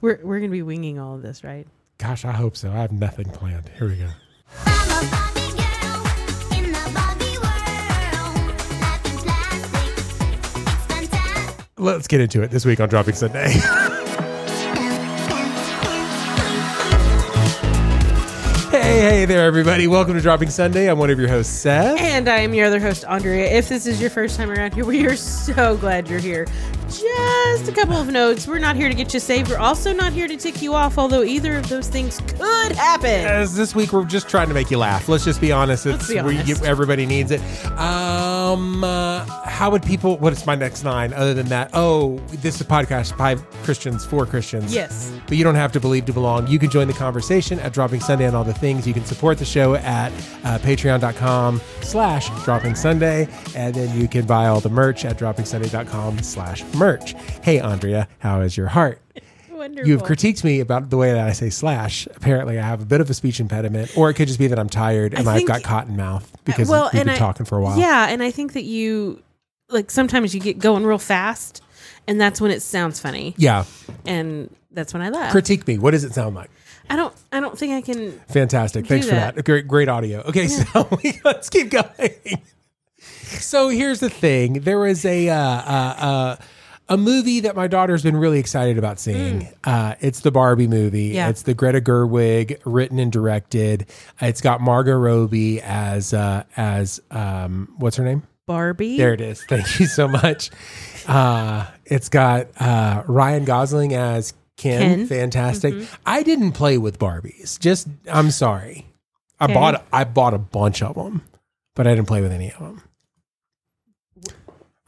We're we're gonna be winging all of this, right? Gosh, I hope so. I have nothing planned. Here we go. I'm a Barbie girl in the Barbie world. Life in plastic, it's fantastic. Let's get into it this week on Dropping Sunday. hey, hey there, everybody. Welcome to Dropping Sunday. I'm one of your hosts, Seth. And I am your other host, Andrea. If this is your first time around here, we are so glad you're here. Just a couple of notes. We're not here to get you saved. We're also not here to tick you off, although either of those things could happen. As this week, we're just trying to make you laugh. Let's just be honest. Let's It's be We, honest. everybody needs it. Um, uh, how would people? What is my next line? Other than that, oh, this is a podcast by Christians for Christians. Yes. But you don't have to believe to belong. You can join the conversation at Dropping Sunday on all the things. You can support the show at uh, patreon.com slash dropping Sunday. And then you can buy all the merch at droppingsunday.com slash merch. Hey, Andrea, how is your heart? Wonderful. You've critiqued me about the way that I say slash. Apparently, I have a bit of a speech impediment, or it could just be that I'm tired and I've think- got cotton mouth because well, we've been and I- talking for a while. Yeah, and I think that you like sometimes you get going real fast and that's when it sounds funny. Yeah. And that's when I laugh. Critique me. What does it sound like? I don't I don't think I can Fantastic. Thanks for that. that. Great, great audio. Okay, so let's keep going. So here's the thing: there was a uh, uh, uh, a movie that my daughter's been really excited about seeing. Uh, it's the Barbie movie. Mm. Yeah. It's the Greta Gerwig written and directed. It's got Margot Robbie as uh, as um, what's her name? Barbie. There it is. Thank you so much. Uh, it's got uh, Ryan Gosling as Ken. Ken. Mm-hmm. Fantastic. I didn't play with Barbies. Just I'm sorry. I Okay. bought I bought a bunch of them, but I didn't play with any of them.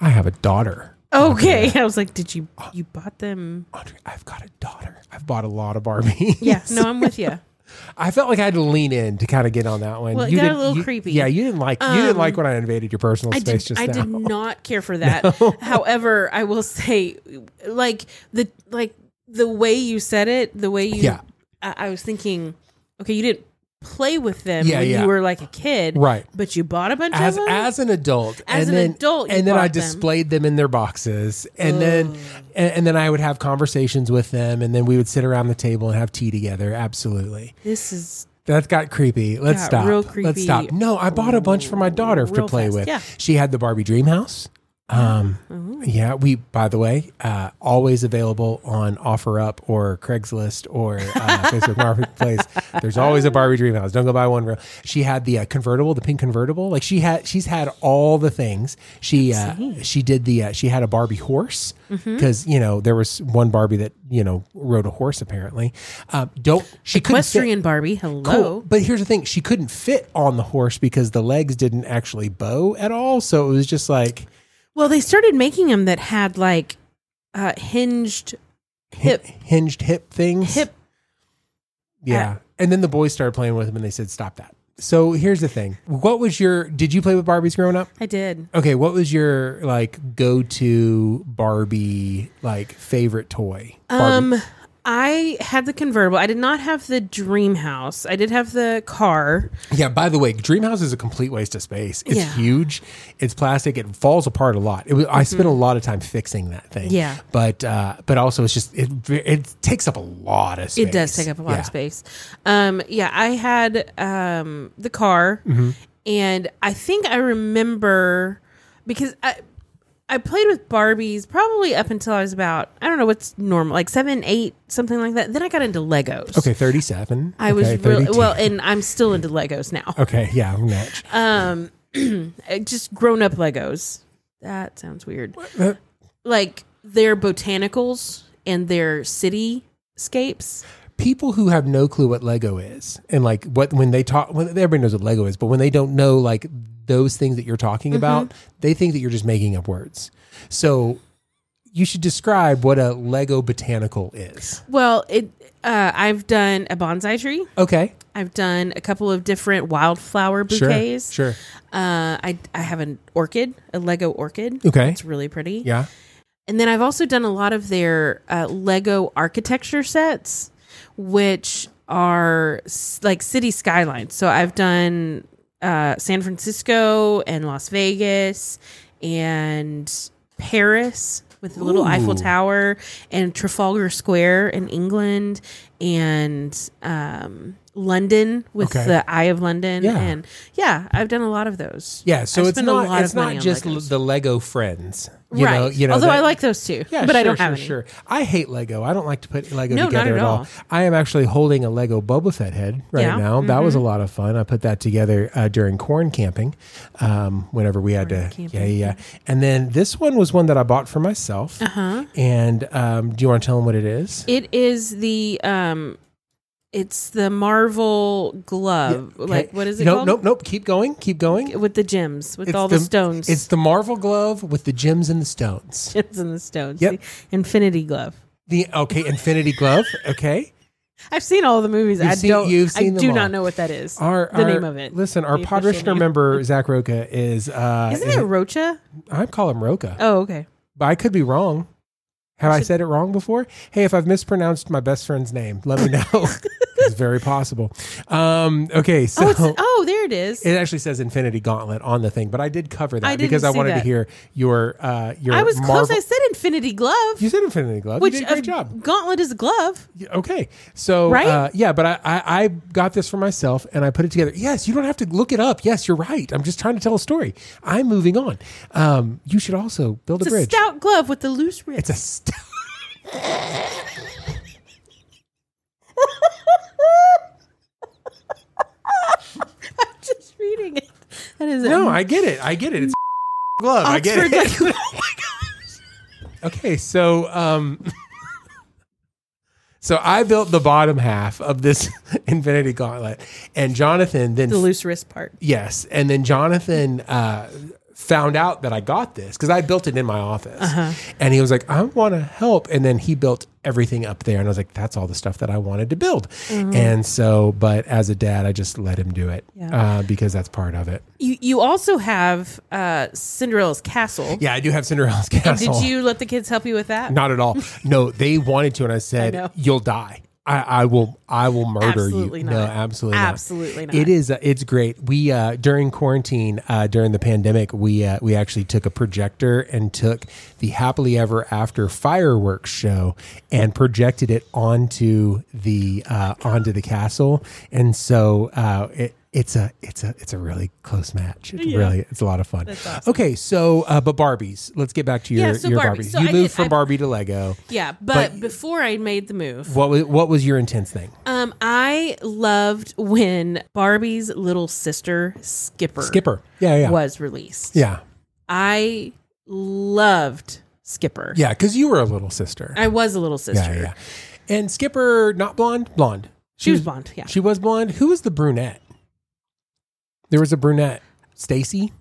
I have a daughter. Okay. I was like, did you you bought them? Andre, I've got a daughter. I've bought a lot of Barbies. Yeah. No, I'm with you. I felt like I had to lean in to kind of get on that one. Well, it got a didn't- little you- creepy. Yeah, you didn't like you didn't Um, like when I invaded your personal I space did. just I now. did not care for that. However, I will say, like the like the way you said it, the way you. Yeah. I, I was thinking, okay, you didn't play with them Yeah, when yeah. you were like a kid, Right. But you bought a bunch as of them. as an adult As and an then, adult, you and then i bought them. displayed them in their boxes and then and, and then i would have conversations with them and then we would sit around the table and have tea together absolutely this is that got creepy let's Got stop real let's creepy. stop no i bought a bunch for my daughter to Real play fast, with yeah. Mm-hmm. she had the barbie dream house um yeah we by the way uh always available on offerup or craigslist or uh, facebook marketplace there's always a barbie dream house don't go buy one real she had the uh, convertible the pink convertible like she had she's had all the things she uh she did the uh, she had a barbie horse Mm-hmm. because you know there was one barbie that you know rode a horse apparently um don't she couldn't fit- equestrian Barbie. Hello. Cool. But here's the thing: she couldn't fit on the horse because the legs didn't actually bow at all. So it was just like Well, they started making them that had like uh hinged hin- hip hinged hip things. hip. Yeah. and then the boys started playing with them, and they said, "Stop that." So here's the thing: what was your? Did you play with Barbies growing up? I did. Okay, what was your like go-to Barbie like favorite toy? Barbie. Um, I had the convertible. I did not have the dream house. I did have the car. Yeah, by the way, Dreamhouse is a complete waste of space. It's Yeah. huge. It's plastic. It falls apart a lot. It was, I spent a lot of time fixing that thing. Mm-hmm. Yeah. But uh, but also it's just it it takes up a lot of space. It does take up a lot Yeah. of space. Um, yeah, I had um the car, Mm-hmm. and I think I remember because I. I played with Barbies probably up until I was about, I don't know what's normal, like seven, eight, something like that. Then I got into Legos. Okay, 37. I Okay, was really, 32. well, and I'm still into Legos now. Okay, yeah, I'm not. um uh, just grown up legos that sounds weird like their botanicals and their cityscapes People who have no clue what Lego is and like what when they talk when everybody knows what Lego is, but when they don't know like those things that you're Mm-hmm. talking about, they think that you're just making up words. So you should describe what a Lego botanical is. well it uh, i've done a bonsai tree Okay. i've done a couple of different wildflower bouquets Sure. sure. uh i i have an orchid a lego orchid Okay. it's really pretty Yeah. And then I've also done a lot of their uh, Lego architecture sets, which are s- like city skylines. So I've done uh, San Francisco and Las Vegas and Paris. with the little Eiffel Tower and Trafalgar Square in England and um, London with Okay. the Eye of London. Yeah. And yeah, I've done a lot of those. Yeah, so I it's spend a not lot it's of not money on just Legos. l- the Lego friends. You right. know, you know Although I that- like those too. Yeah, but sure, I don't sure, have any. Sure. I hate Lego. I don't like to put Lego No, not together at at all. all. I am actually holding a Lego Boba Fett head right Yeah. Mm-hmm. now. That was a lot of fun. I put that together uh, during corn camping, um, whenever we had to. camping, Yeah, yeah. And then this one was one that I bought for myself. Uh-huh. And um, do you want to tell them what it is? It is the um it's the Marvel glove. Like Okay. what is it nope, called? Nope, nope. Keep going. Keep going. With the gems, with all the, stones. It's the Marvel glove with the gems and the stones. gems and the stones. Yep. The Infinity glove. The okay, Infinity Glove. Okay. I've seen all the movies. You've I seen- don't you've seen I them do all. not know what that is. Our, the our- name of it. Listen, our The official Podrister name. member Zach Roca is. Uh, Isn't is- it Rocha? I call him Roca, Oh, okay. but I could be wrong. Have I Should- said it wrong before? Hey, if I've mispronounced my best friend's name, let me know. it's very possible. Um, okay, so oh, it's, oh, there it is. it actually says Infinity Gauntlet on the thing, but I did cover that I didn't because I see wanted to that. hear your uh, your. I was close. Marvel- I said Infinity glove. you said Infinity Glove. which you did a great a job. Gauntlet is a glove. Okay, so Right? uh, yeah, but I, I I got this for myself and I put it together. Yes, you don't have to look it up. Yes, you're right. I'm just trying to tell a story. I'm moving on. Um, you should also build It's a a bridge. stout glove with the loose wrist. it's a stout. I'm just reading it. That is No, I get it. I get it. It's glove. I get Oxford it. Lego- Okay, so um, so I built the bottom half of this Infinity Gauntlet, and Jonathan then the loose wrist part. Yes, and then Jonathan uh, found out that I got this because I built it in my office, Uh-huh. and he was like, "I want to help," and then he built everything up there, and I was like, "That's all the stuff that I wanted to build," and so, but as a dad, I just let him do it Mm-hmm. Yeah. uh, because that's part of it. You you also have uh, Cinderella's castle. Yeah, I do have Cinderella's castle. Did you let the kids help you with that? Not at all. No, they wanted to, and I I know. said, "You'll die. I, I will. I will murder Absolutely you." not. No, absolutely, not. Absolutely not. It is. Uh, it's great. We uh, during quarantine, uh, during the pandemic, we uh, we actually took a projector and took the happily ever after fireworks show and projected it onto the uh, onto the castle, and so uh, it. It's a it's a it's a really close match. It's really it's a lot of fun. Okay, so uh, but Barbies, let's get back to your Yeah, so your Barbies. Barbies. So you I moved did- from I- Barbie to Lego. Yeah, but, But- before I made the move, What was what was your intense thing? um, I loved when Barbie's little sister Skipper Skipper. Yeah, yeah, was released. yeah, I loved Skipper. yeah. Because you were a little sister. I was a little sister. yeah, yeah. And Skipper, not blonde, blonde. She was blonde. Yeah, She was blonde. Who was the brunette? There was a brunette. Stacy.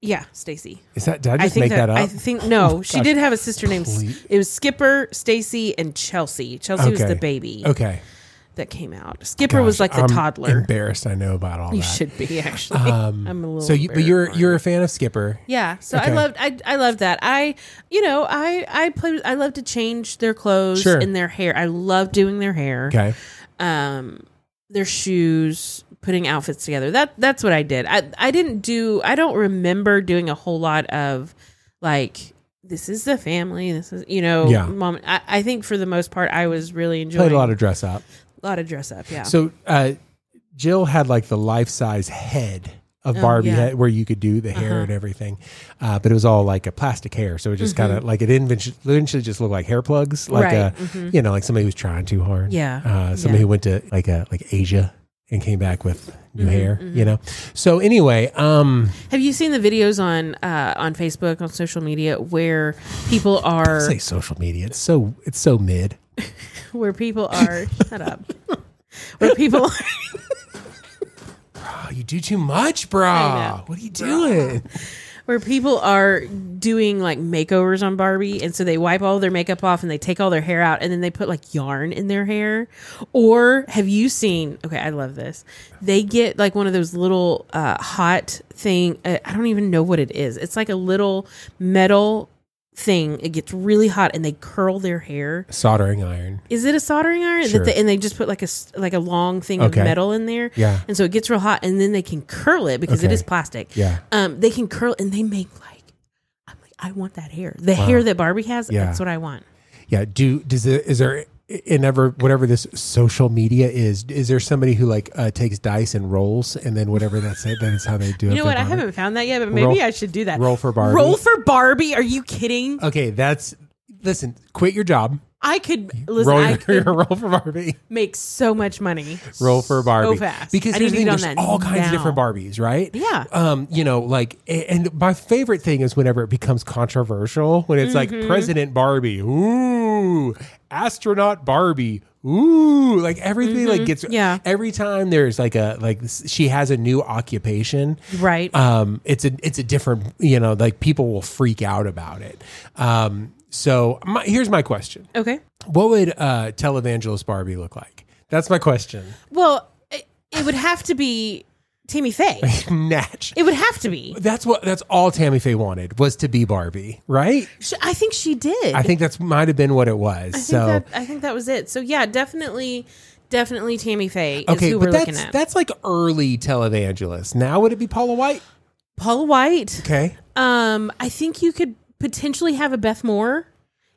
yeah, Stacy. Is that? Did I I just think make that, up? I think no. she gosh. did have a sister named. Please. It was Skipper, Stacy, and Chelsea. Chelsea was Okay. the baby okay. that came out. Skipper was Gosh, um, like the I'm toddler. Embarrassed, I know about all You that. should be actually. Um, I'm a little. so, you, but you're you're a fan of Skipper. Yeah, so I Okay. loved I I loved that. I you know, I I play I love to change their clothes Sure. and their hair. I love doing their hair. Okay. Um their shoes, putting outfits together. That that's what I did. I I didn't do I don't remember doing a whole lot of like this is the family. This is you know, Yeah. mom. I, I think for the most part, I was really enjoying Played a lot of dress up. lot of dress up. Yeah, So uh, Jill had like the life size head of Barbie Oh, yeah. Uh-huh. head where you could do the hair and everything, uh, but it was all like a plastic hair, so it just kind of like it didn't eventu- eventually just looked like hair plugs, like Mm-hmm. Right. Mm-hmm. a you know like somebody who's trying too hard, Yeah. uh, somebody Yeah. who went to like a like Asia and came back with new Mm-hmm. hair, you know. So anyway, um, have you seen the videos on uh, on Facebook on social media where people are say social media, it's so it's so mid. where people are shut up where people are Oh, you do too much, bro. I know. What are you doing? where people are doing like makeovers on Barbie and so they wipe all their makeup off and they take all their hair out and then they put like yarn in their hair or have you seen okay I love this they get like one of those little uh hot thing uh, I don't even know what it is it's like a little metal thing it gets really hot and they curl their hair Soldering iron. is it a soldering iron Sure. that they, and they just put like a s- like a long thing Okay. of metal in there Yeah. and so it gets real hot and then they can curl it because Okay. it is plastic Yeah. um they can curl and they make like i'm like I want that hair. The hair that Barbie has, Yeah. that's what I want. Yeah. Do does it is there in ever whatever this social media is? Is there somebody who like uh, takes dice and rolls and then whatever that's it? That is how they do it. You know for what? I Barbie? haven't found that yet, but maybe Roll- I should do that. roll for Barbie. Roll for Barbie. Are you kidding? Okay, that's listen. Quit your job. I could listen. roll I your, could roll for Barbie. make so much money. Roll for Barbie. fast. Because I here's the need thing, to there's get on that all kinds of now. different Barbies, right? Yeah. Um, you know, like, a- and my favorite thing is whenever it becomes controversial, when it's Mm-hmm. like President Barbie, ooh, astronaut Barbie, ooh, like everything like gets Mm-hmm. Yeah. Every time there's like a like s- she has a new occupation, Right. um, it's a it's a different you know like people will freak out about it. Um, so my, here's my question: Okay. What would uh, televangelist Barbie look like? That's my question. Well, it, it would have to be Tammy Faye. Natch. It would have to be. That's what. That's all Tammy Faye wanted was to be Barbie, right? Sh I think she did. I think that's might have been what it was. I think so that, I think that was it. So yeah, definitely, definitely Tammy Faye is okay, who but we're looking that's at. that's like early televangelist. Now would it be Paula White? Paula White. Okay, Um, I think you could potentially have a Beth Moore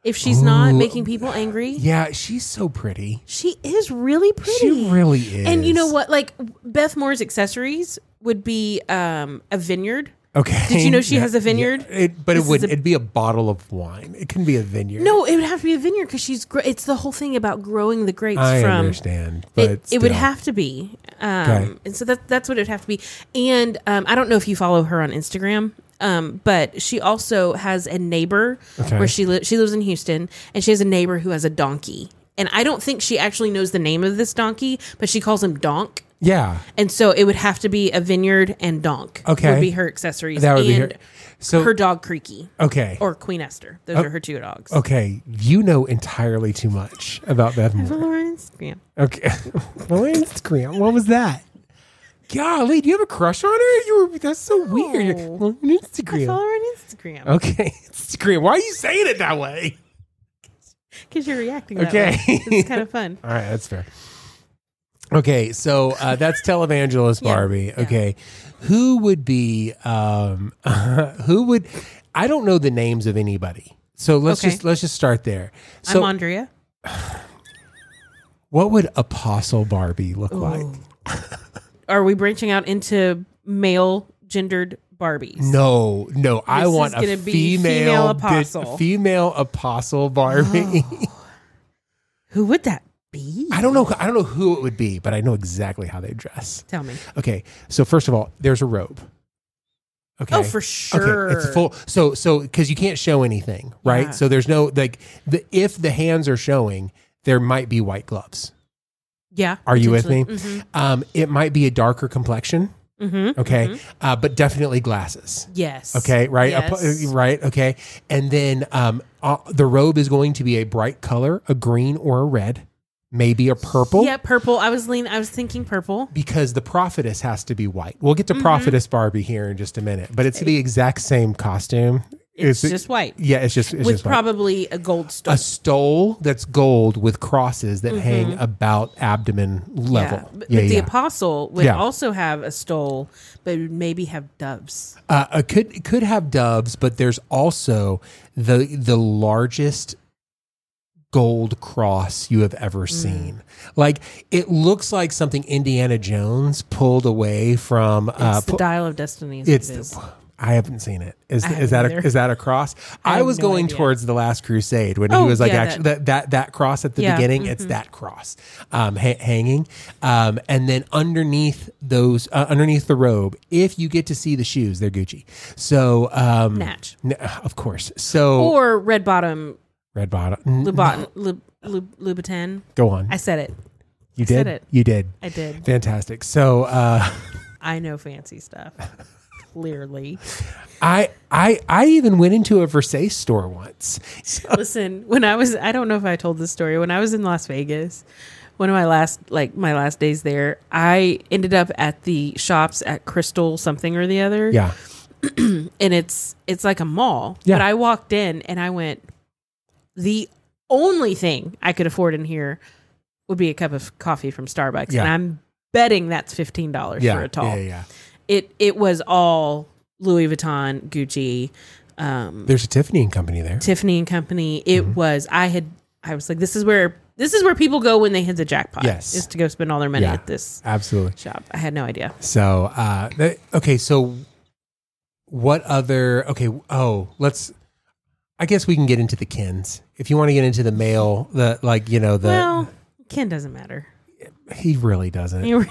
if she's not Ooh. making people angry. yeah, she's so pretty. She is really pretty. She really is. And you know what? Like Beth Moore's accessories would be um, a vineyard. Okay. Did you know she has a vineyard? It, but This it is would. not a- it'd be a bottle of wine. It can be a vineyard. No, it would have to be a vineyard because she's. Gr- it's the whole thing about growing the grapes I from. understand, but It, it would still. have to be, um, Okay. and so that that's what it would have to be. And um, I don't know if you follow her on Instagram, um, but she also has a neighbor Okay. where she li- she lives in Houston, and she has a neighbor who has a donkey. And I don't think she actually knows the name of this donkey, but she calls him Donk. Yeah, And so it would have to be a vineyard and donk. Okay. Would be her accessories. that would be and her. So her dog Creaky okay, or Queen Esther. Those are her two dogs. okay, you know entirely too much about Beth Moore. Follow her on Instagram. Okay. Lance Grant, what was that? Golly, do you have a crush on her? You were that's so weird. No. Well, on I follow Instagram. her on Instagram. Okay. Instagram. Why are you saying it that way? Because you're reacting. That Okay. way. It's kind of fun. All right, that's fair. Okay, so uh, that's televangelist Yeah, Barbie. yeah. Okay, who would be? Um, who would? I don't know the names of anybody. So let's Okay. just let's just start there. So I'm Andrea. what would Apostle Barbie look like? Are we branching out into male gendered Barbies? No, no, I This want is a gonna female, be female bi- apostle. female apostle Barbie. Who would that be? I don't know. I don't know who it would be, but I know exactly how they dress. Tell me. Okay, so first of all, there's a robe. Okay. Oh, for sure. Okay, it's full. So, so because you can't show anything, right? Yeah. So there's no like the if the hands are showing, there might be white gloves. Yeah. Are you with me? potentially. Mm-hmm. Um, it might be a darker complexion. Mhm. Okay, uh, but definitely glasses. Yes. Okay, right, A pl- Yes. right, okay, and then um, uh, the robe is going to be a bright color, a green or a red, maybe a purple. Yeah, purple. I was lean. I was thinking purple. Because the prophetess has to be white. We'll get to Mm-hmm. prophetess Barbie here in just a minute, but it's the exact same costume. It's, It's- just white yeah, it's just it's with just white. probably a gold stone. a stole that's gold with crosses that hang about abdomen level. Mm-hmm. Yeah, but, Yeah, but the yeah. apostle would Yeah. also have a stole, but would maybe have doves. Uh, it could it could have doves, but there's also the the largest gold cross you have ever Mm. seen. Like it looks like something Indiana Jones pulled away from. It's Uh, the pu- dial of destiny. Is it's what it is. the, I haven't seen it. Is, I is that a, haven't either. is that a cross? I I, have was no going idea. towards the Last Crusade when Oh, he was like yeah, actually that, that that cross at the Yeah, mm-hmm. beginning. It's that cross um, ha- hanging, um, and then underneath those uh, underneath the robe, if you get to see the shoes, they're Gucci. So um, Natch. n- of course. So or red bottom red bottom. N- Louboutin, Lub, Lub, Louboutin. Go on. I said it. you said did. it. You did. I did. Fantastic. So. Uh, I know fancy stuff. Clearly, I I I even went into a Versace store once. listen. When I was—I don't know if I told this story. When I was in Las Vegas, one of my last, like my last days there, I ended up at the shops at Crystal something or the other. Yeah. and it's it's like a mall. Yeah. But I walked in and I went, the only thing I could afford in here would be a cup of coffee from Starbucks, Yeah. and I'm betting that's fifteen dollars Yeah. for a tall. Yeah. Yeah. It it was all Louis Vuitton, Gucci, um, There's a Tiffany and Company there. Tiffany and Company. It Mm-hmm. was I had I was like, this is where this is where people go when they hit the jackpot. Yes. is to go spend all their money at this absolutely. shop. I had no idea. So, uh, that, okay, so what other? Okay, oh, let's. I guess we can get into the kins if you want to get into the male. The like, you know, the well, Ken doesn't matter. he really doesn't. You-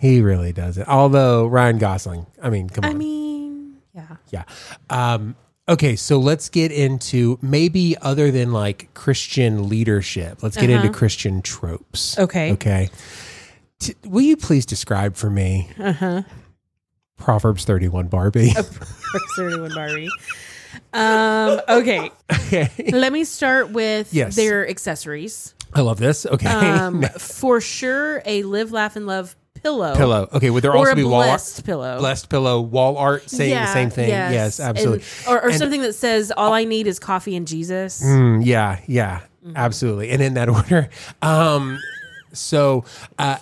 He really doesn't. Although Ryan Gosling, I mean, come on, I mean, yeah. yeah. Um, okay, so let's get into maybe other than like Christian leadership. Let's get into Christian tropes. Uh-huh. Okay. Okay. T- will you please describe for me Uh huh. Proverbs thirty-one, Barbie? Thirty-one Barbie. Um. Okay. Okay. Let me start with Yes. their accessories. I love this. Okay. Um. No. for sure, a live, laugh, and love pillow. pillow. Okay. Would there Or also a be wall blessed art? pillow. Blessed pillow, wall art, saying the Yeah, same thing. Yes, absolutely. And- or or And- something that says, "All I need is coffee and Jesus." Mm, yeah, yeah, absolutely. And in that order. Um, so uh,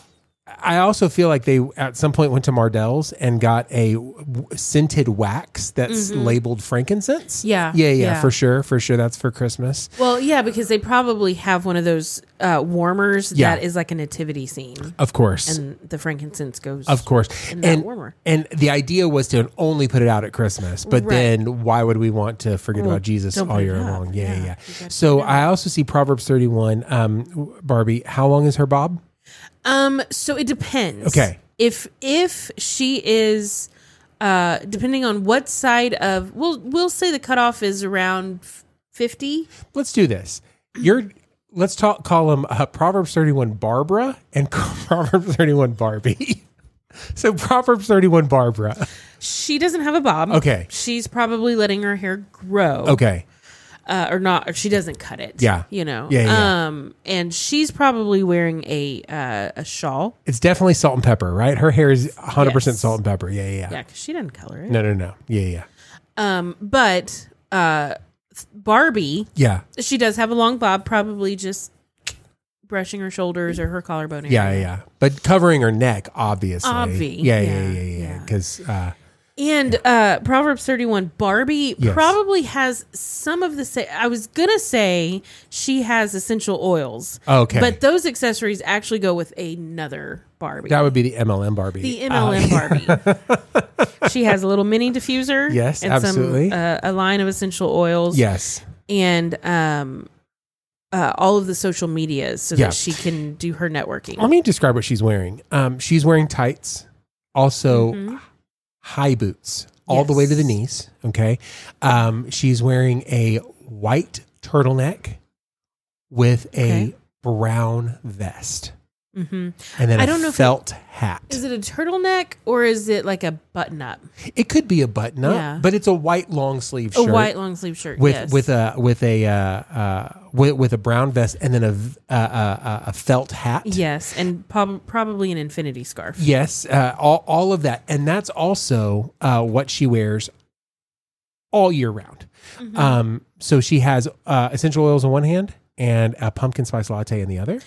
I also feel like they at some point went to Mardell's and got a w- scented wax that's labeled frankincense. Mm-hmm. Yeah, yeah, yeah, yeah. for sure, for sure. That's for Christmas. Well, yeah, because they probably have one of those uh, warmers Yeah. that is like a nativity scene, Of course. and the frankincense goes. of course, And that warmer. and the idea was to only put it out at Christmas, but Right. then why would we want to forget Well, about Jesus don't all put it year up. long? Yeah, Yeah, yeah. you yeah. gotta So I also see Proverbs thirty-one. Um, Barbie, how long is her bob? Um, so it depends. Okay. If if she is, uh, depending on what side of we'll we'll say the cutoff is around fifty. let's do this. You're let's talk call them uh, Proverbs 31 Barbara and Proverbs 31 Barbie. so Proverbs 31 Barbara. She doesn't have a bob. Okay. She's probably letting her hair grow. Okay. uh, or not or she doesn't cut it Yeah. you know Yeah, yeah. um and she's probably wearing a uh, a shawl It's definitely salt and pepper, right? Her hair is 100% Yes. salt and pepper. Yeah, yeah, yeah. yeah because she didn't color it No, no, no. Yeah, yeah. um but uh barbie Yeah. she does have a long bob probably just brushing her shoulders or her collarbone area. Yeah, yeah, yeah. But covering her neck, obviously. Obvi, Yeah, yeah, yeah, yeah, yeah. yeah. Because uh, and uh proverbs 31 barbie Yes. probably has some of the sa- i was gonna say she has essential oils Okay. but those accessories actually go with another barbie that would be the MLM Barbie. Uh, The MLM Barbie. she has a little mini diffuser. Yes, and absolutely. Some, uh, a line of essential oils. yes. and um, uh, all of the social medias so Yeah. Oh. that she can do her networking. Let me describe what she's wearing. Um, she's wearing tights, also high boots all the way to the Mm-hmm. Yes. knees. Okay. Um, she's wearing a white turtleneck with Okay. a brown vest hmm and then I a don't know if it- felt hat. Is it a turtleneck or is it like a button up, It could be a button up, Yeah. but it's a white long sleeve a shirt. white long sleeve shirt with yes. with a with a uh, uh, with, with a brown vest and then a v- uh, uh, uh, a felt hat. yes, and prob- probably an infinity scarf. Yes, uh, all, all of that. And that's also uh, what she wears all year round. Mm-hmm. Um, so she has uh, essential oils in one hand and a pumpkin spice latte in the other.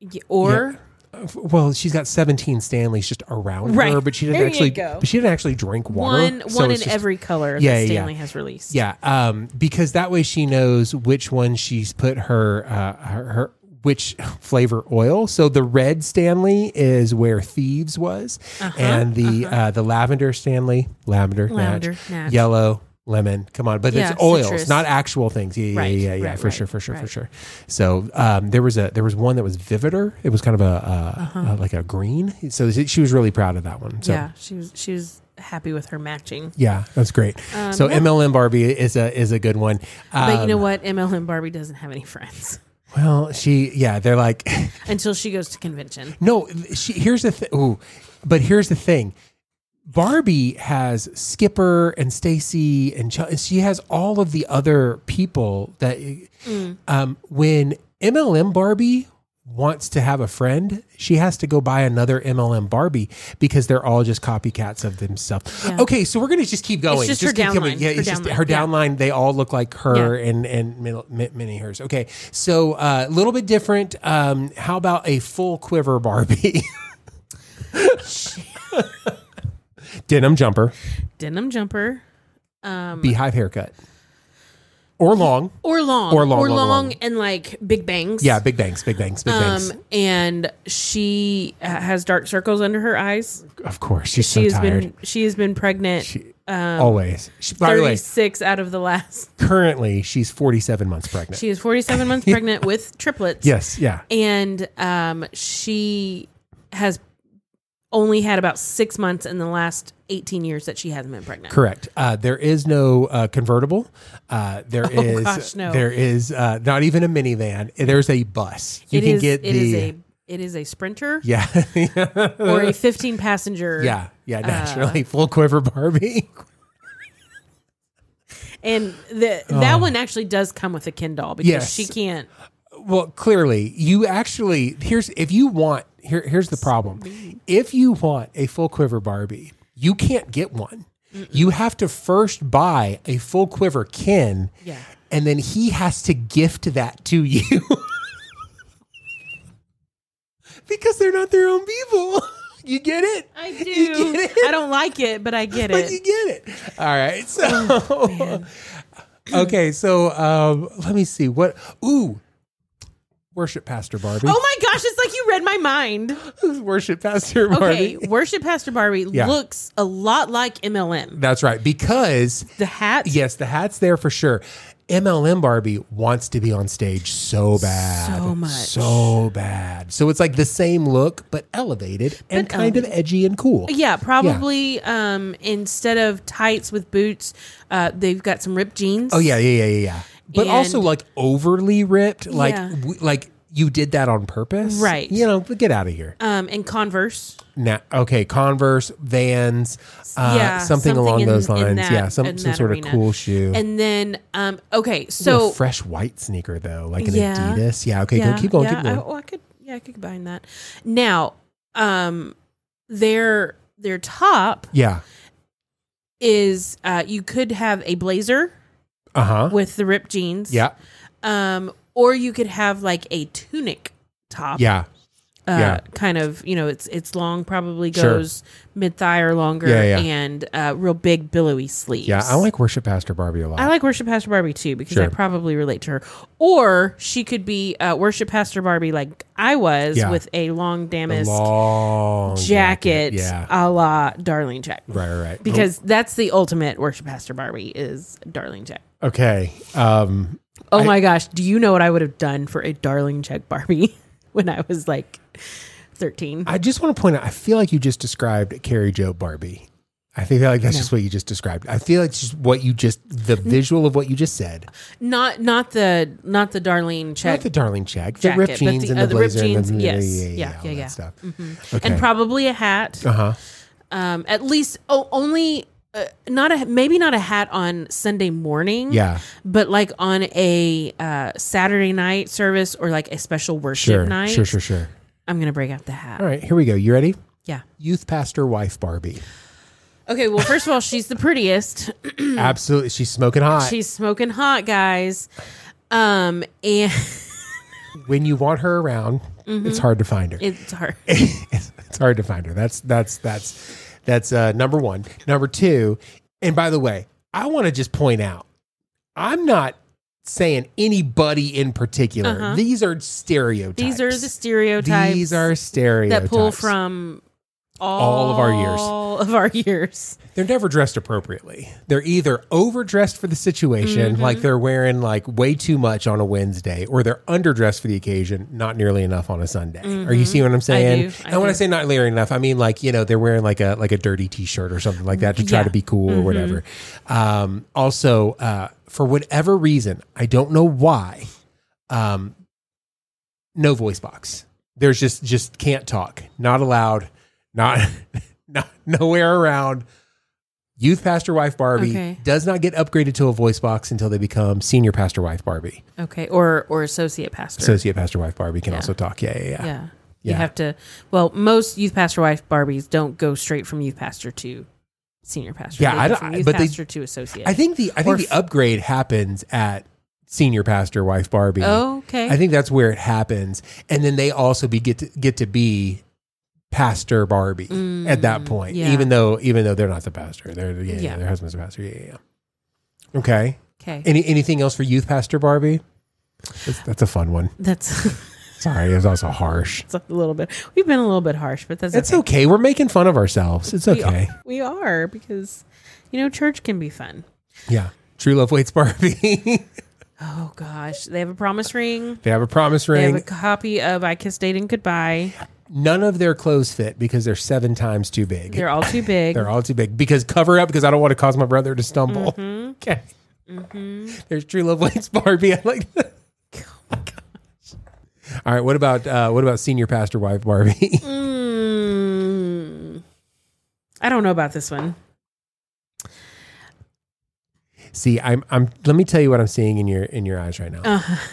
Y- Or Uh, Well, she's got 17 Stanleys just around her, Right. but she didn't There you actually go. but she didn't actually drink water. one so one in it's just- every color Yeah, yeah, that yeah. Stanley has released. Yeah, um, because that way she knows which one she's put her uh, her, her which flavor oil. So the red Stanley is where thieves was, Uh-huh, and the uh the lavender Stanley, lavender, Lavender, natch, natch. yellow, lemon. Come on, but Yeah, it's oils, citrus. not actual things. Yeah, yeah, Right, yeah, yeah, yeah, right, for right, sure, for sure, for right. sure. So um, there was a there was one that was Vivitor. It was kind of a, uh uh, like a green. So she was really proud of that one. So Uh-huh. yeah, she was she was happy with her matching. yeah, that's great. so MLM Barbie is a is a good one. Um, But Um, you know what? MLM Barbie doesn't have any friends Well, she, yeah, they're like, until she goes to convention. no. She, here's the thing. Ooh, but here's the thing. Barbie has Skipper and Stacy and Ch- she has all of the other people that Mm. um, when MLM Barbie wants to have a friend, she has to go buy another MLM Barbie because they're all just copycats of themselves. Yeah. Okay, so we're gonna just keep going. just her keep coming. downline. Yeah, Her it's just downline. her Yeah. downline. They all look like her and and min- mi- mini hers. Okay, so uh, a little bit different. Um, how about a full quiver Barbie? Denim jumper. Denim jumper, Um, beehive haircut or long. or long, Or long, long, long, long. and like big bangs. Yeah, big bangs, big bangs, big Um, bangs. and she uh, has dark circles under her eyes. Of course, she's She so has tired. been um, she has been pregnant she, always. She, by the way, thirty six out of the last. currently she's 47 months pregnant. She is forty seven months pregnant with triplets. yes, yeah. and um, she has only had about six months in the last eighteen years that she hasn't been pregnant. Correct. Uh, there is no uh, convertible. Uh, there is Oh, gosh, no. There is uh, not even a minivan. There's a bus. You It can is- get the it is a it is a sprinter yeah or a fifteen passenger. yeah yeah Uh, naturally full quiver Barbie. and the, that one actually does come with a Ken doll because Oh. Yes. she can't. well, clearly you actually here's if you want here here's the problem. If you want a full quiver Barbie, you can't get one. You have to first buy a full quiver Ken. Yeah. And then he has to gift that to you. because they're not their own people. You get it? I You do. get it? I don't like it, but I get but you it. get it. Oh, All right. So Okay, so um, let me see what ooh. Worship Pastor Barbie. Oh my gosh, it's like you read my mind. worship pastor Okay, Barbie. worship Pastor Barbie Yeah. looks a lot like MLM. That's right. Because The hat, yes, the hat's there for sure. MLM Barbie wants to be on stage so bad. So much. So bad. So it's like the same look, but elevated and kind of edgy and cool. Yeah, probably. Um, instead of tights with boots, uh, they've got some ripped jeans. Oh yeah, yeah, yeah, yeah, yeah. But also And- like overly ripped. Like Yeah. w- like you did that on purpose. Right. You know, but get out of here. Um, and Converse. Now, okay, Converse, Vans, uh, yeah, something, along in- those in lines. that- yeah, some in some that sort arena. of cool shoe. And then, um, okay, so so a fresh white sneaker though, like an Yeah. Adidas. Yeah. Okay. yeah, go, keep going. yeah, keep going. I, oh, I could, yeah, I could combine that. Now, um, their their top yeah. is uh, you could have a blazer Uh huh. with the ripped jeans. Yeah. Um, or you could have like a tunic top. Yeah. uh, Yeah. kind of you know it's it's long probably Sure. goes mid thigh or longer Yeah, yeah. and uh, real big billowy sleeves. Yeah. I like worship pastor Barbie a lot. I like worship pastor Barbie too because I Sure. probably relate to her. Or she could be uh, worship pastor Barbie like I was Yeah. with a long A damask long jacket, Yeah. a la Darling Jack. right. Right. right. Because that's the ultimate worship pastor Barbie is Darling Jack. Oh, okay. Um. Oh my gosh, do you know what I would have done for a Darling Jack Barbie when I was like 13? I just want to point out. I feel like you just described Carrie Joe Barbie. I feel like that's just what you just described. I feel like it's just what you just the Mm-hmm. visual of what you just said. Not not the not the Darlene check. Not the darling check, the jacket, ripped but jeans the- and uh, the the ripped blazer and the jeans, yes. Yeah, all yeah, that yeah. stuff. and probably a hat. uh huh. Um, at least oh, only uh, not a maybe not a hat on Sunday morning. Yeah. but like on a uh, Saturday night service or like a special worship Sure. night. Sure. Sure. Sure. I'm gonna break out the hat. All right. Here we go. You ready? Yeah. Youth pastor wife Barbie. Okay. Well, first of all, she's the prettiest. Absolutely. She's smoking hot. She's smoking hot, guys. Um, and when you want her around, it's Mm-hmm. hard to find her. it's hard. it's, it's hard to find her. That's that's that's that's uh, number one. Number two, and by the way, I want to just point out, I'm not saying anybody in particular. These are stereotypes. Uh-huh. These are the stereotypes. These are stereotypes that pull from. All, All of our years. All of our years. They're never dressed appropriately. They're either overdressed for the situation, Mm-hmm. like they're wearing like way too much on a Wednesday, or they're underdressed for the occasion, not nearly enough on a Sunday. Are you seeing what I'm saying? do. Mm-hmm. I and when I do. say not nearly enough, I mean like you know they're wearing like a like a dirty T-shirt or something like that to try Yeah. Mm-hmm. to be cool or whatever. Um, also, uh, for whatever reason, I don't know why, um, no voice box. There's just just can't talk, not allowed, not not nowhere around. Youth pastor wife Barbie Okay. does not get upgraded to a voice box until they become senior pastor wife Barbie. Okay. Or or associate pastor. Associate pastor wife Barbie can also talk. Yeah, yeah, yeah. Yeah. Yeah. You have to, well, most youth pastor wife Barbies don't go straight from youth pastor to senior pastor. Yeah, They go I don't- From I- youth but they- pastor to associate. I think the I think Or the f- upgrade happens at senior pastor wife Barbie. Oh, okay. I think that's where it happens, and then they also be get to, get to be pastor Barbie at that point. Mm, yeah. Even though even though they're not the pastor, they're yeah, yeah, Yeah. their husband's the pastor. Yeah, yeah, yeah. Okay. Okay. Any anything else for youth pastor Barbie? That's, that's a fun one. that's Sorry, it was also harsh. it's a little bit. We've been a little bit harsh, but that's It's okay. okay. We're making fun of ourselves. It's We okay. are- We are because you know church can be fun. Yeah. True love waits Barbie. Oh gosh, they have a promise ring. they have a promise They ring. have a copy of "I Kissed Dating Goodbye." None of their clothes fit because they're seven times too big. They're all too big. They're all too big because cover up because I don't want to cause my brother to stumble. Mm-hmm. Okay. There's True Love Waits Barbie. I like that. All right. What about uh, what about senior pastor wife Barbie? Mm. I don't know about this one. See, I'm I'm. Let me tell you what I'm seeing in your in your eyes right now. Uh-huh.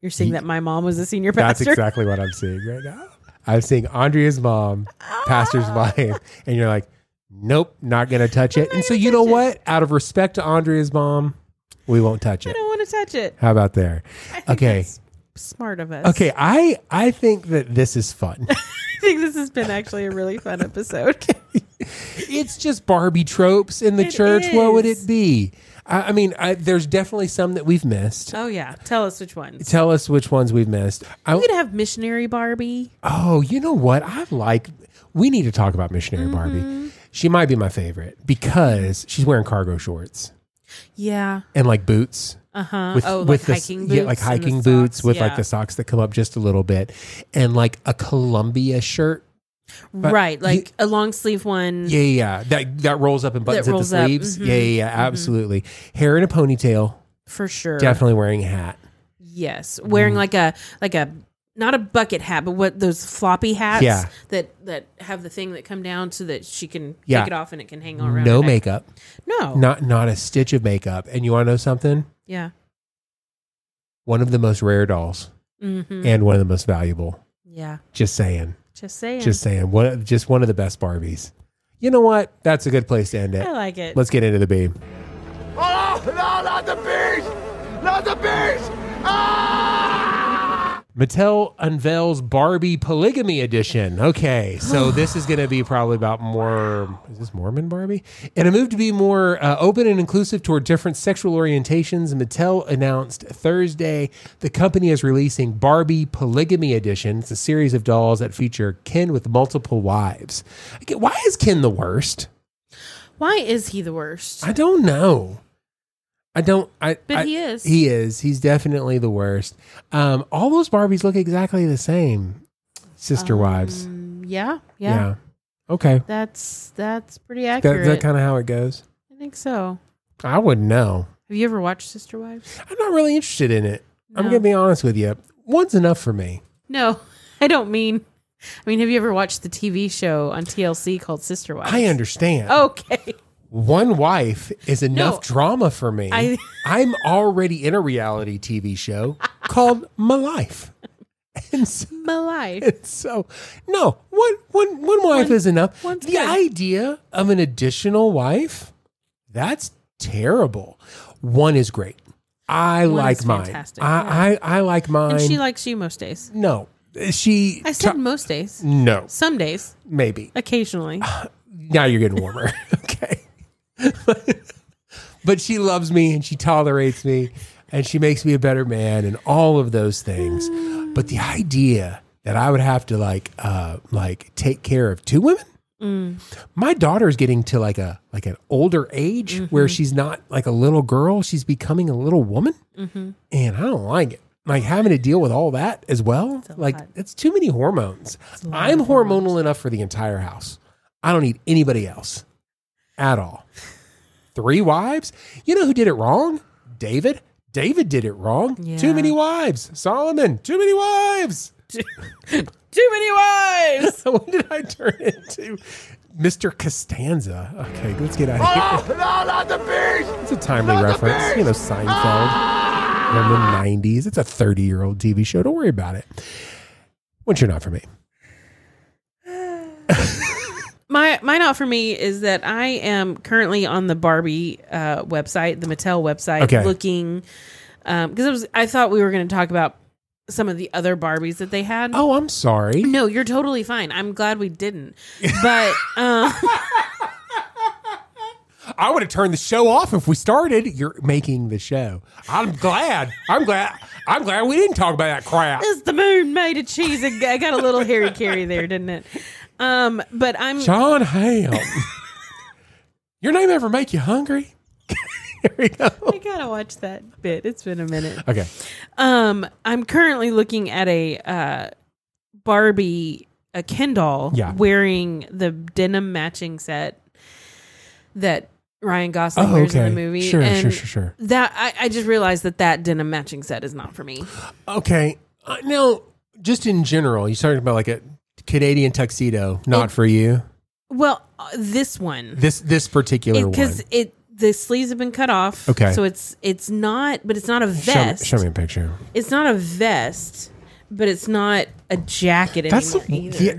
You're saying that my mom was a senior That's pastor. exactly what I'm seeing right now. I'm seeing Andrea's mom, pastor's Ah. wife, and you're like, nope, not gonna touch it. And so you know what? Out of respect to Andrea's mom, we won't touch I it. don't want to touch it. How about there? I think Okay. that's Smart of us. Okay, I I think that this is fun. I think this has been actually a really fun episode. it's just Barbie tropes in the It church. What would is. it be? I, I mean, I, there's definitely some that we've missed. oh yeah, tell us which ones. Tell us which ones we've missed. I, We could have missionary Barbie. oh, you know what? I like. We need to talk about missionary Mm-hmm. Barbie. She might be my favorite because she's wearing cargo shorts Yeah. and like boots. Uh huh. with, oh, like with the- hiking boots. yeah, like and the hiking boots socks. with Yeah. like the socks that come up just a little bit, and like a Columbia shirt. but right, you- like a long sleeve one. Yeah, yeah, yeah. that that rolls up and buttons That at the rolls up. sleeves. Mhm. Yeah, yeah, yeah, absolutely. Hair in a ponytail, for sure. definitely wearing a hat. Yes, Mm-hmm. wearing like a like a not a bucket hat, but what those floppy hats Yeah. that that have the thing that come down so that she can Yeah. take it off and it can hang around. her neck. Oh. no makeup, No. not not a stitch of makeup. And you want to know something? Yeah. One of the most rare dolls hmm and one of the most valuable. Yeah. Just saying, Just saying. just saying. One, just one of the best Barbies. You know what? That's a good place to end it. I like it. Let's get into the beam. Oh, no, not the bees! Not the Ah! bees! Mattel unveils Barbie Polygamy Edition. Okay, so this is going to be probably about more. Is this Mormon Barbie? In a move to be more uh, open and inclusive toward different sexual orientations, Mattel announced Thursday the company is releasing Barbie Polygamy Edition. It's a series of dolls that feature Ken with multiple wives. Okay, Why is Ken the worst? Why is he the worst? I don't know. I don't. I. But I- he is. He is. He's definitely the worst. Um, all those Barbies look exactly the same. Sister wives. Um, yeah, yeah. Yeah. Okay. That's that's pretty That, accurate. that kind of how it goes. I think so. I wouldn't know. Have you ever watched Sister Wives? I'm not really interested in it. I'm No. gonna be honest with you. One's enough for me. No, I don't mean. I mean, have you ever watched the TV show on TLC called Sister Wives? I understand. Okay. One wife is enough oh. No. drama for me. I- I'm already in a reality TV show called My Life. And so My life. And so, no, one, one, one wife is enough. one's the good. idea of an additional wife, that's terrible. One is great. I One like is mine. fantastic, I, I, I like mine. And she likes you most days. no, she. I said most days. no, Some days. maybe. Occasionally. Now you're getting warmer. okay. but she loves me and she tolerates me and she makes me a better man and all of those things. But the idea that I would have to like uh like take care of two women? My daughter's getting to like a like an older age Mm-hmm. where she's not like a little girl, she's becoming a little woman. Mm-hmm. And I don't like it. Like having to deal with all that as well. Like lot. it's too many hormones. I'm hormonal enough for the entire house. I don't need anybody else at all three wives. You know who did it wrong? David. David did it wrong. Yeah. Too many wives. Solomon. Too many wives. Too many wives. So what did I turn into? Mr. Costanza. Okay, let's get out of here. Oh, no, not the bees! It's a timely reference. You know, Seinfeld. Ah! From the 90s. It's a 30 year old TV show. Don't worry about it. Which you're not for me. My my not for me is that I am currently on the Barbie uh, website, the Mattel website, Okay. looking because it was I thought we were going to talk about some of the other Barbies that they had. Oh, I'm sorry. No, you're totally fine. I'm glad we didn't. But um, I would have turned the show off if we started. You're making the show. I'm glad. I'm glad. I'm glad we didn't talk about that crap. Is the moon made of cheese? I got- I got a little Harry Carey there, didn't it? Um, but I'm John Ham. Your name ever make you hungry? there we go. I gotta watch that bit. It's been a minute. Okay. Um, I'm currently looking at a uh, Barbie, a Ken doll, Yeah. wearing the denim matching set that Ryan Gosling Oh, wears okay. in the movie. Sure, And sure, sure, sure. That I, I just realized that that denim matching set is not for me. Okay. Uh, now, just in general, you talking about like a Canadian tuxedo, not for you. Well, uh, this one This this particular one. because it, the sleeves have been cut off. Okay. so it's it's not, but it's not a Show me, vest. show me a picture. It's not a vest, but it's not a jacket anymore either. yeah.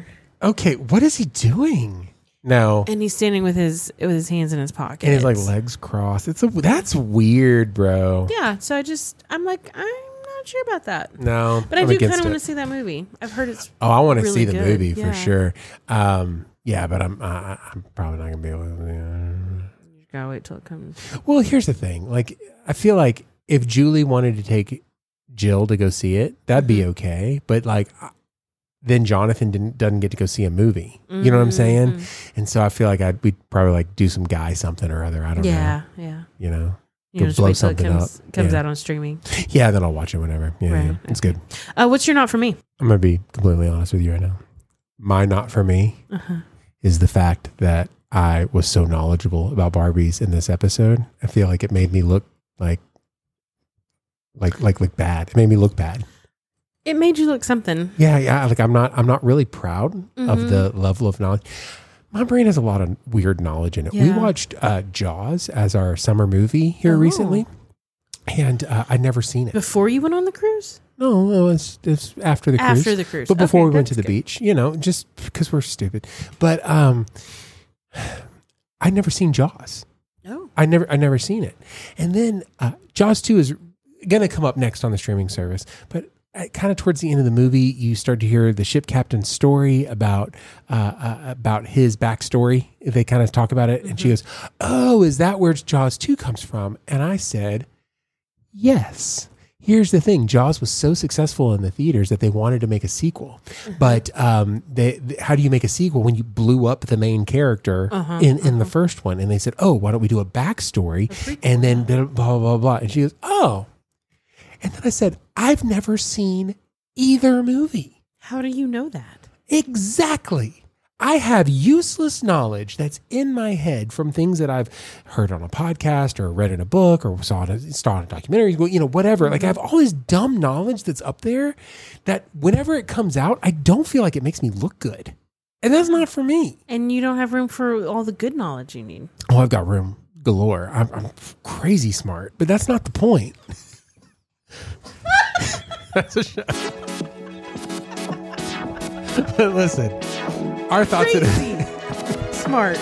Okay, what is he doing? No. And he's standing with his with his hands in his pocket. And his like legs crossed. It's a that's weird, bro. yeah. So I just I'm like I'm not sure about that, No. but i I'm do kind against of want to it. see that movie. I've heard it's Oh, I want to really see the good. movie Yeah. for sure. Um, yeah, but I'm I, I'm probably not gonna be able. to. gotta wait till it comes. Well, here's the thing. Like, I feel like if Julie wanted to take Jill to go see it, that'd Mm-hmm. be okay. But like, I- then Jonathan didn't doesn't get to go see a movie. You know what Mm-hmm. I'm saying? And so I feel like I'd we'd probably like do some guy something or other. I don't know. Yeah, yeah. You know. You Go know, just blow wait till it something comes up. comes Yeah. out on streaming. Yeah, then I'll watch it whenever. Yeah, Right. yeah. it's good. Uh, what's your not for me? I'm gonna be completely honest with you right now. My not for me is the fact that I was so knowledgeable about Barbies in this episode. I feel like it made me look like like like look bad. It made me look bad. It made you look something. Yeah, yeah. Like I'm not I'm not really proud Mhm. of the level of knowledge. My brain has a lot of weird knowledge in it. We Yeah. watched uh, Jaws as our summer movie here Oh. recently, and uh, I'd never seen it. Before you went on the cruise? No, no, it's, it's after the cruise. After the cruise. But before Okay, we went to that's the good. beach, you know, just because we're stupid. But um, I'd never seen Jaws. Oh. I never, I never seen it. And then uh, Jaws two is gonna come up next on the streaming service. But kind of towards the end of the movie, you start to hear the ship captain's story about uh, uh, about his backstory. They kind of talk about it, and she Mm-hmm. goes, "Oh, is that where Jaws two comes from?" And I said. Yes. Here's the thing: Jaws was so successful in the theaters that they wanted to make a sequel. But um, they, th- how do you make a sequel when you blew up the main character in, in the first one? And they said, "Oh, why don't we do a backstory?" and then blah blah blah blah. And she goes, "Oh." And then I said, "I've never seen either movie." How do you know that? Exactly. I have useless knowledge that's in my head from things that I've heard on a podcast or read in a book or saw in a, saw in a documentary, well, you know, whatever. Like I have all this dumb knowledge that's up there that whenever it comes out, I don't feel like it makes me look good. And that's not for me. And you don't have room for all the good knowledge you need. Oh, I've got room galore. I'm, I'm crazy smart, but that's not the point. that's a shot. but listen, our thoughts. and- Smart.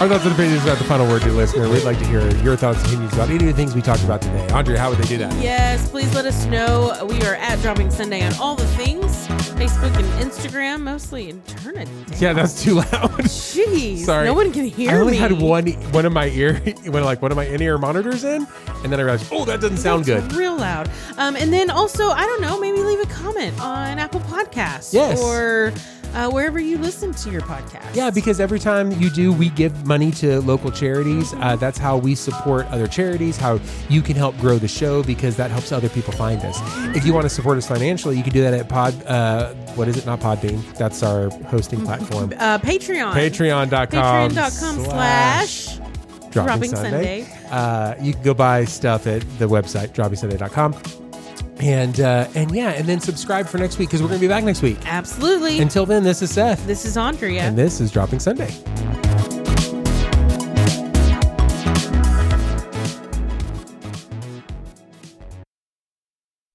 Our thoughts and opinions about the final word, dear listener. We'd like to hear your thoughts and opinions about any of the things we talked about today. Andre, how would they do that? Yes, please let us know. We are at Dropping Sunday on all the things Facebook and Instagram, mostly eternity. Yeah, that's too loud. Jeez, Sorry, no one can hear I only me. had one one of my ear, one of, like one of my in ear monitors in, and then I realized, oh, that doesn't sound good. Real loud. Um, and then also, I don't know, maybe leave a comment on Apple Podcasts Yes. or uh, wherever you listen to your podcast. Yeah, because every time you do, we give money to local charities. Uh, that's how we support other charities, how you can help grow the show because that helps other people find us. If you want to support us financially, you can do that at Pod, uh, what is it? Not Podbean. That's our hosting platform. uh, Patreon. Patreon.com. Patreon.com slash. Dropping Sunday. Uh, you can go buy stuff at the website, droppingsunday.com. And, uh, and yeah, and then subscribe for next week because we're going to be back next week. Absolutely. Until then, this is Seth. this is Andrea. And this is Dropping Sunday.